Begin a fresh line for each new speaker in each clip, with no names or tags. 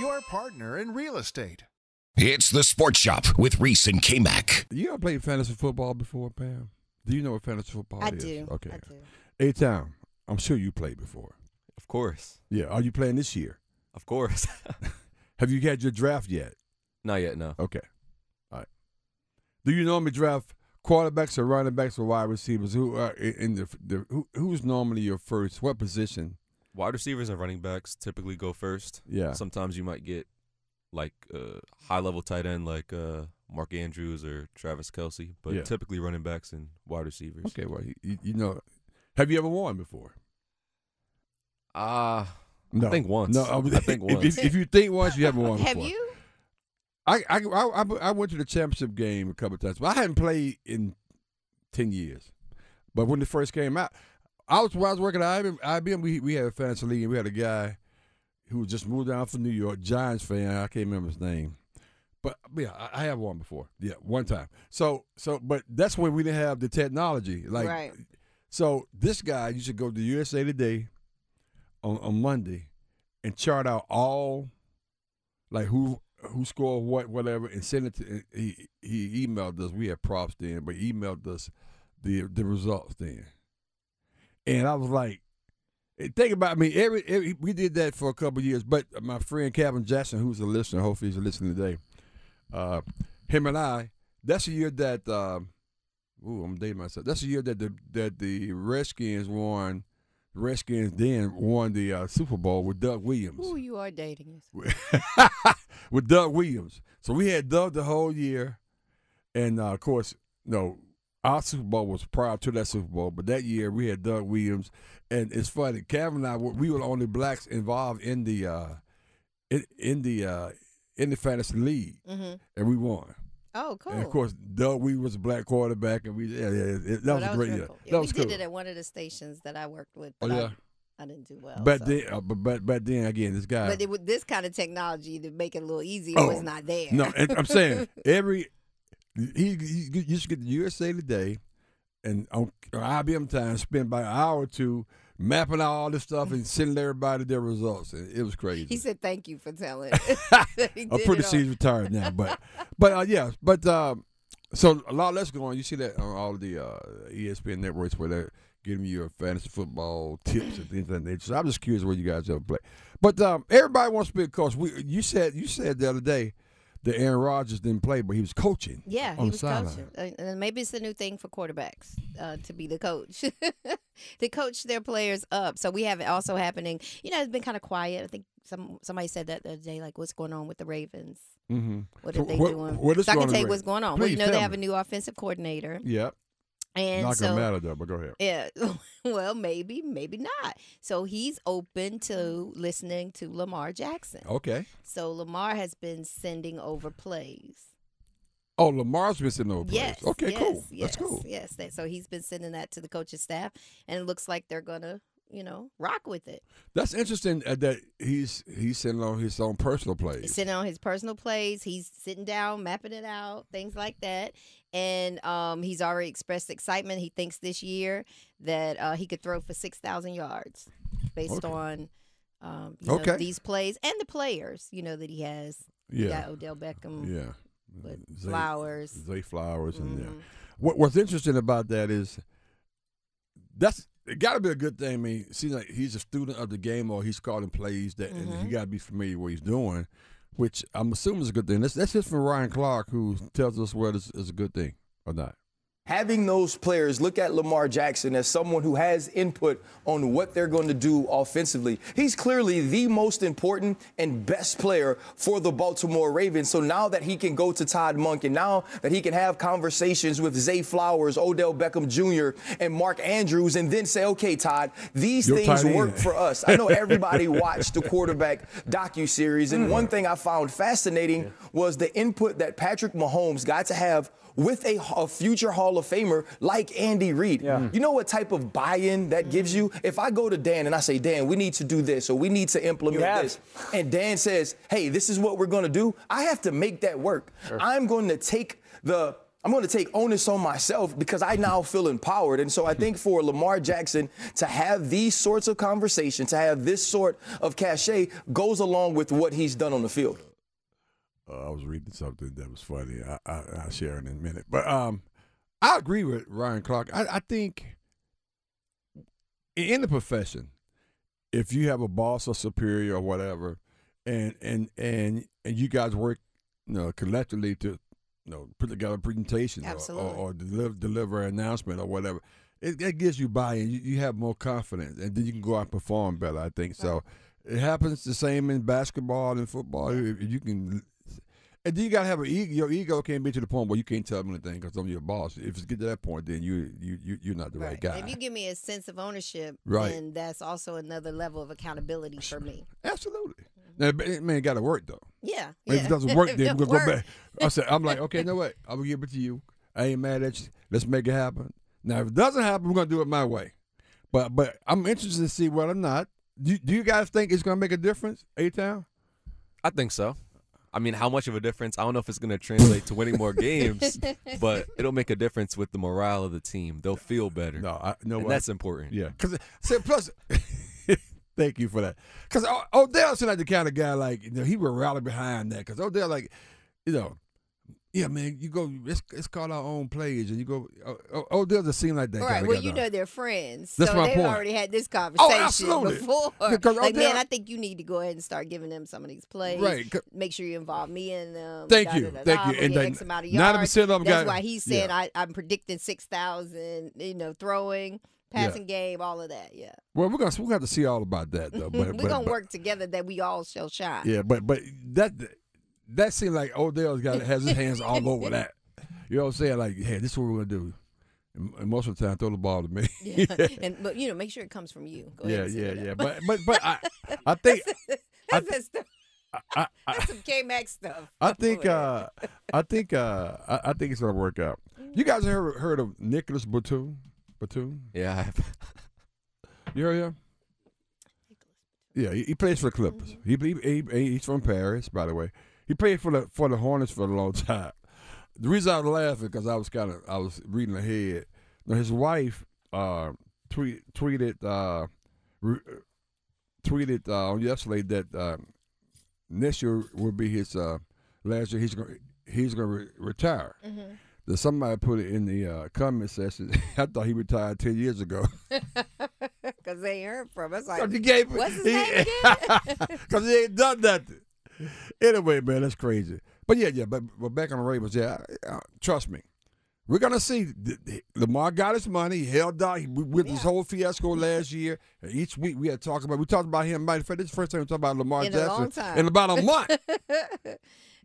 your partner in real estate.
It's the Sports Shop with Reese and K Mac.
You ever played fantasy football before, Pam? Do you know what fantasy football
I
is?
do.
Okay.
I do.
A Town, I'm sure you played before.
Of course.
Yeah. Are you playing this year?
Of course.
Have you had your draft yet?
Not yet, no.
Okay. All right. Do you normally draft quarterbacks or running backs or wide receivers? Who are i- in the, the who, who's normally your first? What position?
Wide receivers and running backs typically go first.
Yeah.
Sometimes you might get like uh, high level tight end like uh, Mark Andrews or Travis Kelsey, but
Yeah.
typically running backs and wide receivers.
Okay. Well, you, you know, have you ever won before?
Uh, I think once.
No.
I think once.
If, if, if you think once, you haven't won.
Have
before.
you?
I, I I I- I went to the championship game a couple of times, but I hadn't played in ten years. But when it first came out, I was when I was working at IBM. IBM we we had a fantasy league, and we had a guy who was just moved down from New York, Giants fan. I can't remember his name, but yeah, I, I have one before. Yeah, one time. So so, but that's when we didn't have the technology. Like
right.
so, this guy you should go to USA Today on on Monday and chart out all like who who scored what, whatever, and send it to. He he emailed us. We had props then, but he emailed us the the results then. And I was like, eh, think about. I mean, every, every we did that for a couple of years. But my friend Calvin Jackson, who's a listener, hopefully he's listening today. Uh, him and I. That's the year that. um ooh, I'm dating myself. That's the year that the that the Redskins won. Redskins then won the uh, Super Bowl with Doug Williams
Ooh, you are dating yourself.
with Doug Williams. So we had Doug the whole year, and uh, of course, no, our Super Bowl was prior to that Super Bowl, but that year we had Doug Williams, and it's funny. Kevin and I, were- we were the only blacks involved in the uh, in, in the uh, in the fantasy league,
Mm-hmm.
and we won.
Oh, cool.
And of course, Doug Williams was a black quarterback, and we yeah, yeah, it- that
Oh,
was a great
real
year.
cool.
That
Yeah,
was
we
cool.
did it at one of the stations that I worked with.
Oh
but I-
yeah,
I, didn't do well.
but
so.
then, uh, but, but but then again, this guy.
but it, with this kind of technology to make it a little easier
Oh,
was not there.
No, and I'm saying every he, he you should get the USA Today and on or IBM time spend about an hour or two mapping out all this stuff and sending everybody their results. And it was crazy.
he said, "Thank you for telling." I'm
I'm pretty sure he's retired now, but but uh, yeah, but um, so a lot less going. on. You see that on all the uh, ESPN networks where they're giving you your fantasy football tips and things like that. So I'm just curious where you guys ever play. But um, everybody wants to be a coach. We you said you said the other day that Aaron Rodgers didn't play, but he was coaching.
Yeah,
on
he
the
was
sideline.
coaching. Uh, And maybe it's a new thing for quarterbacks uh, to be the coach, to coach their players up. So we have it also happening. You know, it's been kind of quiet. I think some somebody said that the other day, like, what's going on with the Ravens?
Mm-hmm.
What
So
are they
what-
doing?
what is
so I
going
can
on
tell
with
you what's going on. well,
Please
you know, they
tell
have
me.
a new offensive coordinator,
Yeah,
and
not
so
gonna matter though. But go ahead.
yeah, well, maybe, maybe not. So he's open to listening to Lamar Jackson.
Okay.
So Lamar has been sending over plays.
Oh, Lamar's missing over. plays.
Yes.
Okay.
yes,
cool.
Yes,
That's cool.
Yes. That, so he's been sending that to the coaching staff, and it looks like they're gonna, you know, rock with it.
That's interesting uh, that he's he's sending on his own personal
He's
plays.
sitting on his personal plays. He's sitting down, mapping it out, things like that. And um, he's already expressed excitement. He thinks this year that uh, he could throw for six thousand yards, based
Okay.
on. Um, you know,
Okay.
these plays and the players, you know, that he has. You
Yeah.
got Odell Beckham,
Yeah.
with
Zay-
Flowers.
Zay Flowers and yeah.
Mhm.
What what's interesting about that is that's it got to be a good thing. I mean, it seems like he's a student of the game, or he's calling plays that, and he
Mhm.
got to be familiar with what he's doing, which I'm assuming is a good thing. That's that's just from Ryan Clark, who tells us whether it's, it's a good thing or not.
Having those players look at Lamar Jackson as someone who has input on what they're going to do offensively. He's clearly the most important and best player for the Baltimore Ravens. So now that he can go to Todd Monk and now that he can have conversations with Zay Flowers, Odell Beckham Jr., and Mark Andrews, and then say, okay, Todd, these
Your
things
tight end.
work for us. I know everybody watched the quarterback docu-series, and one thing I found fascinating was the input that Patrick Mahomes got to have with a, a future Hall of Famer like Andy Reid. You know what type of buy-in that gives you? If I go to Dan and I say, Dan, we need to do this or we need to implement
You have.
this, and Dan says, Hey, this is what we're going to do. I have to make that work. I'm going to take the I'm going to take onus on myself because I now feel empowered. And so I think for Lamar Jackson to have these sorts of conversations, to have this sort of cachet, goes along with what he's done on the field.
Uh, I was reading something that was funny. I, I, I'll share it in a minute. But um, I agree with Ryan Clark. I, I think in the profession, if you have a boss or superior or whatever, and and and, and you guys work, you know, collectively to, you know, put together a presentation or, or,
Absolutely.
or deliver, deliver an announcement or whatever, it, that gives you buy-in. You, you have more confidence, and then you can go out and perform better. I think so. It happens the same in basketball and football. If if you can and then you gotta have an ego. Your ego can't be to the point where you can't tell them anything because I'm your boss. If it's get to that point, then you you you you're not the right, guy.
If you give me a sense of ownership,
Right.
then that's also another level of accountability for me.
Absolutely. Now, but it, man, it gotta work though.
Yeah.
If
yeah.
it doesn't work,
If
then
it
we're gonna
work,
go back. I said, I'm like, okay, you know what? I'm gonna give it to you. I ain't mad at you. Let's make it happen. Now, if it doesn't happen, we're gonna do it my way. But but I'm interested to see whether or not. Do, do you guys think it's gonna make a difference, A Town?
I think so. I mean, how much of a difference? I don't know if it's going to translate to winning more games, but it'll make a difference with the morale of the team. They'll feel better.
No, I no.
and
I-
that's important.
Yeah, because plus, thank you for that. Because Odell seemed like the kind of guy like you know he would rally behind that. Because Odell like you know, yeah man, you go it's it's called our own plays and you go o- o- Odell just seemed like that.
All
kind
right.
of
Well,
guy,
you
though.
know they're friends,
That's
so
my
they've
point. Oh,
already had this conversation
absolutely.
before.
Because
like,
Odell-
man, I think you need to go ahead and start giving them some of these plays.
Right, 'cause-
Make sure you involve me in them.
Thank
da,
you,
da, da,
thank
da.
you.
We'll
And
get
they-
X amount
90%
of yards.
of them
That's
got-
why he said
yeah.
I, I'm predicting six thousand. You know, throwing,
Yeah.
passing game, all of that. Yeah,
Well, we're gonna we're gonna have to see all about that though. But,
we're
but-
gonna
but-
work together that we all shall shine.
Yeah, but but that that seemed like Odell's got has his hands all over that. You know what I'm saying? Like, hey, this is what we're gonna do. And and most of the time, throw the ball to me.
Yeah. and but you know, make sure it comes from you. Go ahead
yeah,
and
yeah,
set it
yeah.
up.
But but but I I think
That's that stuff.
I, I,
That's some K-Mac stuff.
I think
Go ahead.
uh, I think uh, I, I think it's gonna work out. You guys heard heard of Nicholas Batum? Batum?
Yeah. I have-
You heard him? Yeah, he, he plays for the Clippers.
Mm-hmm.
He, he, he he's from Paris, by the way. He played for the for the Hornets for a long time. The reason I was laughing because I was kind of I was reading ahead. Now his wife uh, tweet, tweeted uh, re, tweeted uh, on yesterday that uh, next year will be his uh, last year. He's going he's going to re- retire.
Mm-hmm.
That somebody put it in the uh, comment section. I thought he retired ten years ago.
Because they ain't heard from us.
Cause
Like,
he gave
What's his
he-
name
Cause he ain't done nothing. Anyway, man, that's crazy. But yeah, yeah. But, but back on the Ravens, yeah. uh, trust me, we're gonna see. Th- th- Lamar got his money. He held out he- with his whole fiasco last year. And each week we had talked about. We talked about him. Matter of fact, this is the first time we talked about Lamar
In a
Jackson
long time.
in about a month.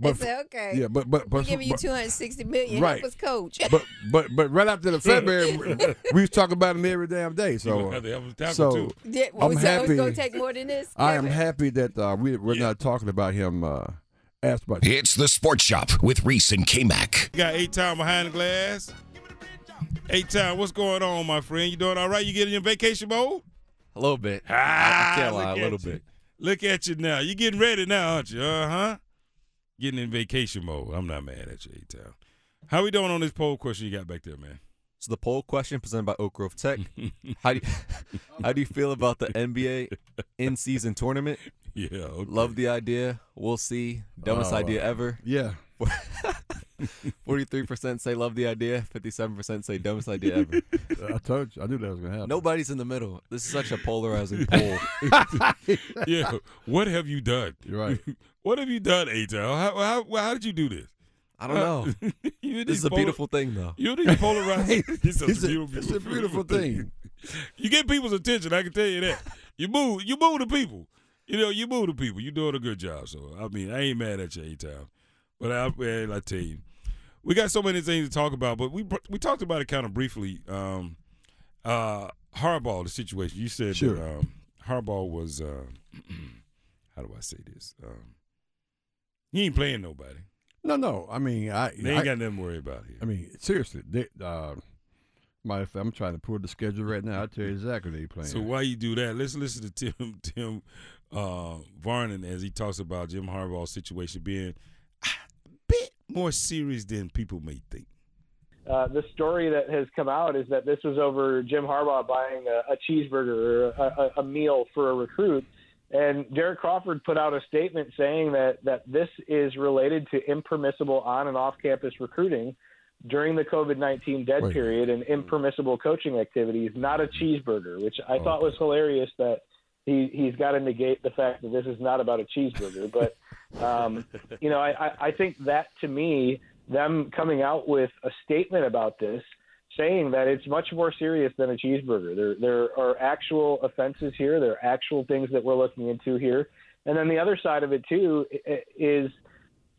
they
but
say, okay,
yeah, but but
we're
but
giving you
but,
two hundred sixty million.
Right.
Help us coach.
but but but right after the February, we- we was talking about him every damn day. So
gonna have to have him
uh,
tackled,
so
too.
Yeah,
I'm
we said It's gonna
happy.
take more than this.
I am
Kevin.
happy that uh, we we're not talking about him uh, as much.
It's the Sports Shop with Reese and K Mac.
Got eight time behind the glass. Eight time, what's going on, my friend? You doing all right? You getting your vacation mode?
a little bit. I, I can't
Ah,
lie. A
look
little
at you.
bit.
Look at you now. You getting ready now, aren't you? Uh huh. Getting in vacation mode. I'm not mad at you, eight time. How we doing on this poll question you got back there, man?
So the poll question presented by Oak Grove Tech: How do you, how do you feel about the NBA in-season tournament?
Yeah. Okay.
Love the idea. We'll see. Dumbest
Oh,
idea ever.
Yeah.
Forty-three percent say love the idea. Fifty-seven percent say dumbest idea ever.
I told you. I knew that was gonna happen.
Nobody's in the middle. This is such a polarizing poll.
yeah. What have you done?
You're right.
What have you done, eight time? How, how, how did you do this?
I don't know.
You
This is a
polar-
beautiful thing, though.
You these polarized.
It's a- it's a beautiful thing.
You get people's attention. I can tell you that. You move. You move the people. You know. You move the people. You're doing a good job. So I mean, I ain't mad at you, A Town. But I, man, I tell you, we got so many things to talk about. But we we talked about it kind of briefly. Um, uh, Harbaugh, the situation. You said
Sure.
that um, Harbaugh was. Uh, how do I say this? Um, he ain't playing nobody.
No, no. I mean, I.
They ain't
I,
got nothing to worry about here.
I mean, seriously. They, uh, matter of fact, I'm trying to pull the schedule right now. I'll tell you exactly they playing.
So while you do that, let's listen to Tim Tim uh, Varnon as he talks about Jim Harbaugh's situation being a bit more serious than people may think.
uh, the story that has come out is that this was over Jim Harbaugh buying a, a cheeseburger or a, a, a meal for a recruit. And Derek Crawford put out a statement saying that, that this is related to impermissible on and off campus recruiting during the COVID 19 dead
Wait.
period and impermissible coaching activities, not a cheeseburger, which I thought was hilarious that he, he's got to negate the fact that this is not about a cheeseburger. But um, you know, I, I, I think that to me, them coming out with a statement about this, saying that it's much more serious than a cheeseburger. There, there are actual offenses here. There are actual things that we're looking into here. And then the other side of it too i- i- is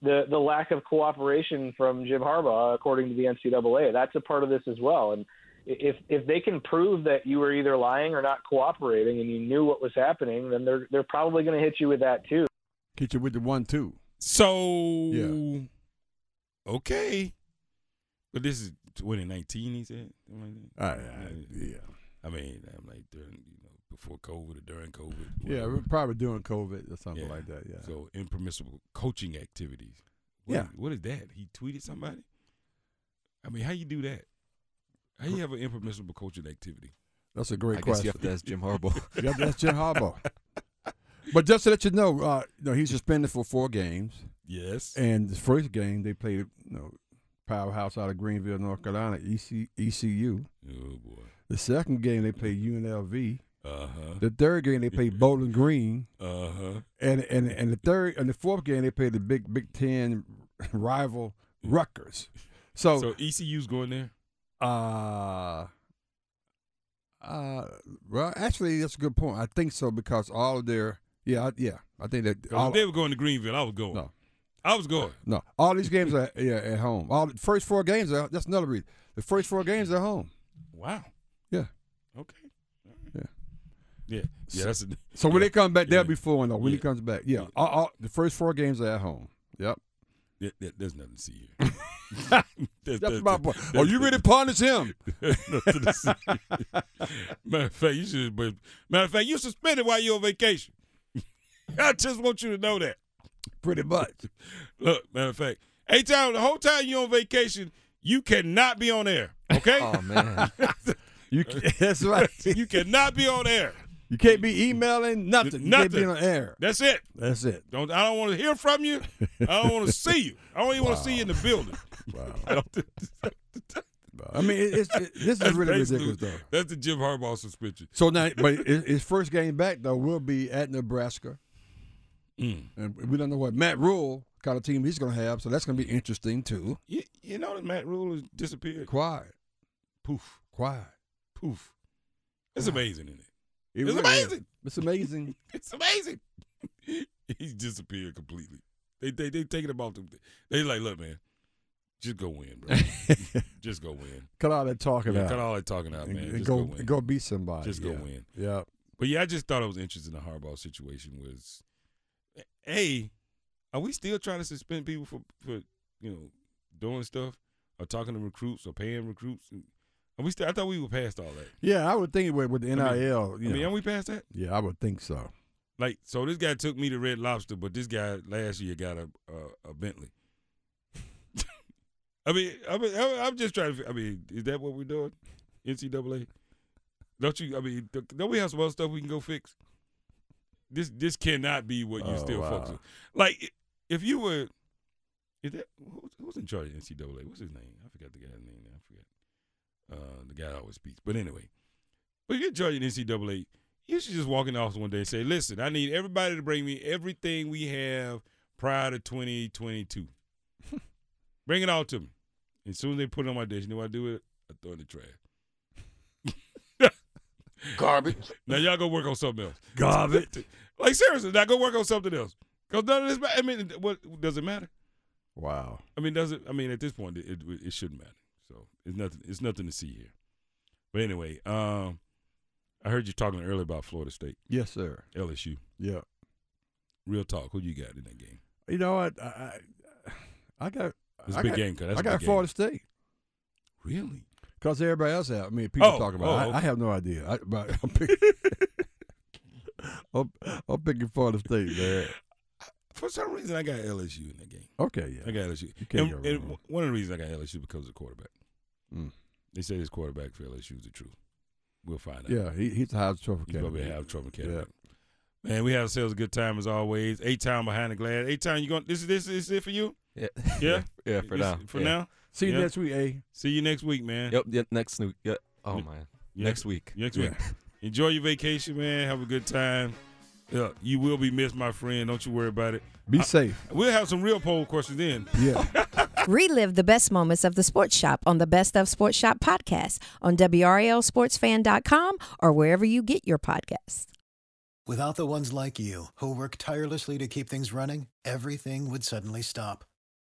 the the lack of cooperation from Jim Harbaugh, according to the NCAA. That's a part of this as well. And if if they can prove that you were either lying or not cooperating, and you knew what was happening, then they're they're probably going to hit you with that too.
Hit you with the one two.
So
Yeah.
okay, but this is 2019. He said. something
I,
like that?
I, yeah.
I mean, I'm like during you know before COVID or during COVID.
Yeah,
whatever.
we're probably doing COVID or something
Yeah.
like that. Yeah.
So impermissible coaching activities. What
Yeah.
what is that? He tweeted somebody. I mean, how you do that? How you have an impermissible coaching activity?
That's a great
I guess
question.
you have to ask Jim Harbaugh.
Yeah, that's Jim Harbaugh. But just to let you know, uh, you know, he's suspended for four games.
Yes.
And the first game they played, you know, powerhouse out of Greenville, North Carolina, E EC, ECU.
oh boy.
The second game they played UNLV.
Uh huh.
The third game they played Bowling Green,
Uh huh.
and and and the third and the fourth game they played the Big Big Ten rival Rutgers. So,
So ECU's going there.
uh, uh, well, actually, that's a good point. I think so because all of their yeah I- yeah I think that
'Cause
all,
if Oh, they were going to Greenville. I was going.
No. Uh,
I was going.
No, all these games are yeah, at home. All the first four games are that's another reason. The first four games are home.
Wow.
Yeah.
Okay. All right.
Yeah.
Yeah. Yeah. That's a,
So when
Yeah.
they come back,
Yeah.
they'll be four and oh. When he
Yeah.
comes back, yeah,
Yeah.
all, all, the first four games are at home. Yep,
there- there- there's nothing to see here. There's-
that's
there's-
my point.
there's-
Oh, you really punish him?
Nothing to see. matter of fact, you should. But matter of fact, you suspended while you're on vacation. I just want you to know that.
Pretty much.
Look, matter of fact, hey, time the whole time you're on vacation, you cannot be on air. Okay,
oh man,
You ca- that's right.
you cannot be on air.
You can't be emailing nothing. You can't be
Nothing.
on air.
That's it.
That's it.
Don't. I don't want to hear from you. I don't want to see you. I don't even want to see you in the building.
Wow.
I don't think-
I mean, it, it's it, this is
that's
really
basically-
ridiculous though.
That's the Jim Harbaugh suspension.
So now, but his his first game back though will be at Nebraska.
Mm.
And we don't know what Matt Rule kind of team he's going to have, so that's going to be interesting too.
You, you know that Matt Rule has disappeared.
Quiet,
Poof,
quiet.
poof. It's amazing, isn't it?
It
It's
really is.
amazing.
It's amazing.
It's amazing. He's disappeared completely. They they they taking him off the. They like, look, man, just go win, bro. just go win.
cut all that talking
Yeah,
out.
cut all that talking out,
and,
man.
and
Just
go,
go win.
go beat somebody.
Just go
yeah.
win.
Yeah.
But yeah, I just thought it was interesting. The Harbaugh situation was, a, are we still trying to suspend people for for you know doing stuff or talking to recruits or paying recruits? Are we still? I thought we were past all that.
Yeah, I would think with, with the NIL.
I mean-
you
I mean,
know.
are we past that?
yeah, I would think so.
Like, so this guy took me to Red Lobster, but this guy last year got a a, a Bentley. I mean, I mean, I- I'm just trying to. I mean, is that what we're doing? NCAA? Don't you? I mean, th- don't we have some other stuff we can go fix? This this cannot be what you
Oh,
still
wow.
focus on. Like, i- if you were, is that who's, who's in charge of NCAA? What's his name? I forgot the guy's name. now. I forgot. Uh, the guy that always speaks. But anyway, but if you're in charge of NCAA. You should just walk in the office one day and say, "Listen, I need everybody to bring me everything we have prior to 2022. bring it all to me. As soon as they put it on my dish, you know what I do with it? I throw it in the trash.
Garbage.
Now y'all go work on something else.
Garbage.
Like seriously, now go work on something else. Cause none of this. ma- I mean, what does it matter?
Wow.
I mean, does it? I mean, at this point, it, it it shouldn't matter. So it's nothing. It's nothing to see here. But anyway, um, I heard you talking earlier about Florida State,
Yes, sir.
LSU.
Yeah.
Real talk. Who you got in that game?
You know, I I, I- I got
It's a
I
big
got,
game. Cause that's
I
a big
got
game.
Florida State
Really?
because everybody else have. I mean, people
Oh,
talk about.
oh,
it. I,
okay.
I have no idea. I, but I'm picking. I'm, I'm picking Florida State, man.
For some reason, I got LSU in that game.
Okay,
I
yeah.
got LSU.
You can't
And,
go
and
wrong.
w- one of the reasons I got LSU because of the quarterback.
Mm.
They say this quarterback for LSU is the truth. We'll find out.
Yeah, he, he's a high trophy
He's
candidate.
probably have trouble catching up. Man, we had ourselves a good time as always. Eight time behind the glass. Eight time you going this is this is it for you?
Yeah.
Yeah?
Yeah, for
This-
now.
For
Yeah.
now?
See you
Yeah.
next week, A.
See you next week, man.
Yep. yep next week. Yep. Oh
Yep.
man.
Yeah.
Next week.
Next week. Enjoy your vacation, man. Have a good time. Yeah, you will be missed, my friend. Don't you worry about it.
Be safe.
We'll have some real poll questions then.
Yeah.
Relive the best moments of the Sports Shop on the Best of Sports Shop podcast on WRLSportsFan.com or wherever you get your podcasts.
Without the ones like you, who work tirelessly to keep things running, everything would suddenly stop.